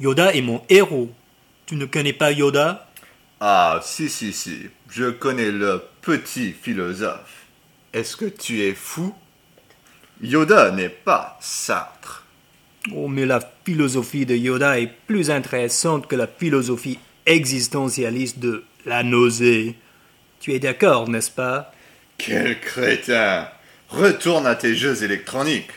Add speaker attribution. Speaker 1: Yoda est mon héros. Tu ne connais pas Yoda
Speaker 2: Ah, si, si, si. Je connais le petit philosophe. Est-ce que tu es fou Yoda n'est pas Sartre.
Speaker 1: Oh, mais la philosophie de Yoda est plus intéressante que la philosophie existentialiste de la nausée. Tu es d'accord, n'est-ce pas
Speaker 2: Quel crétin Retourne à tes jeux électroniques.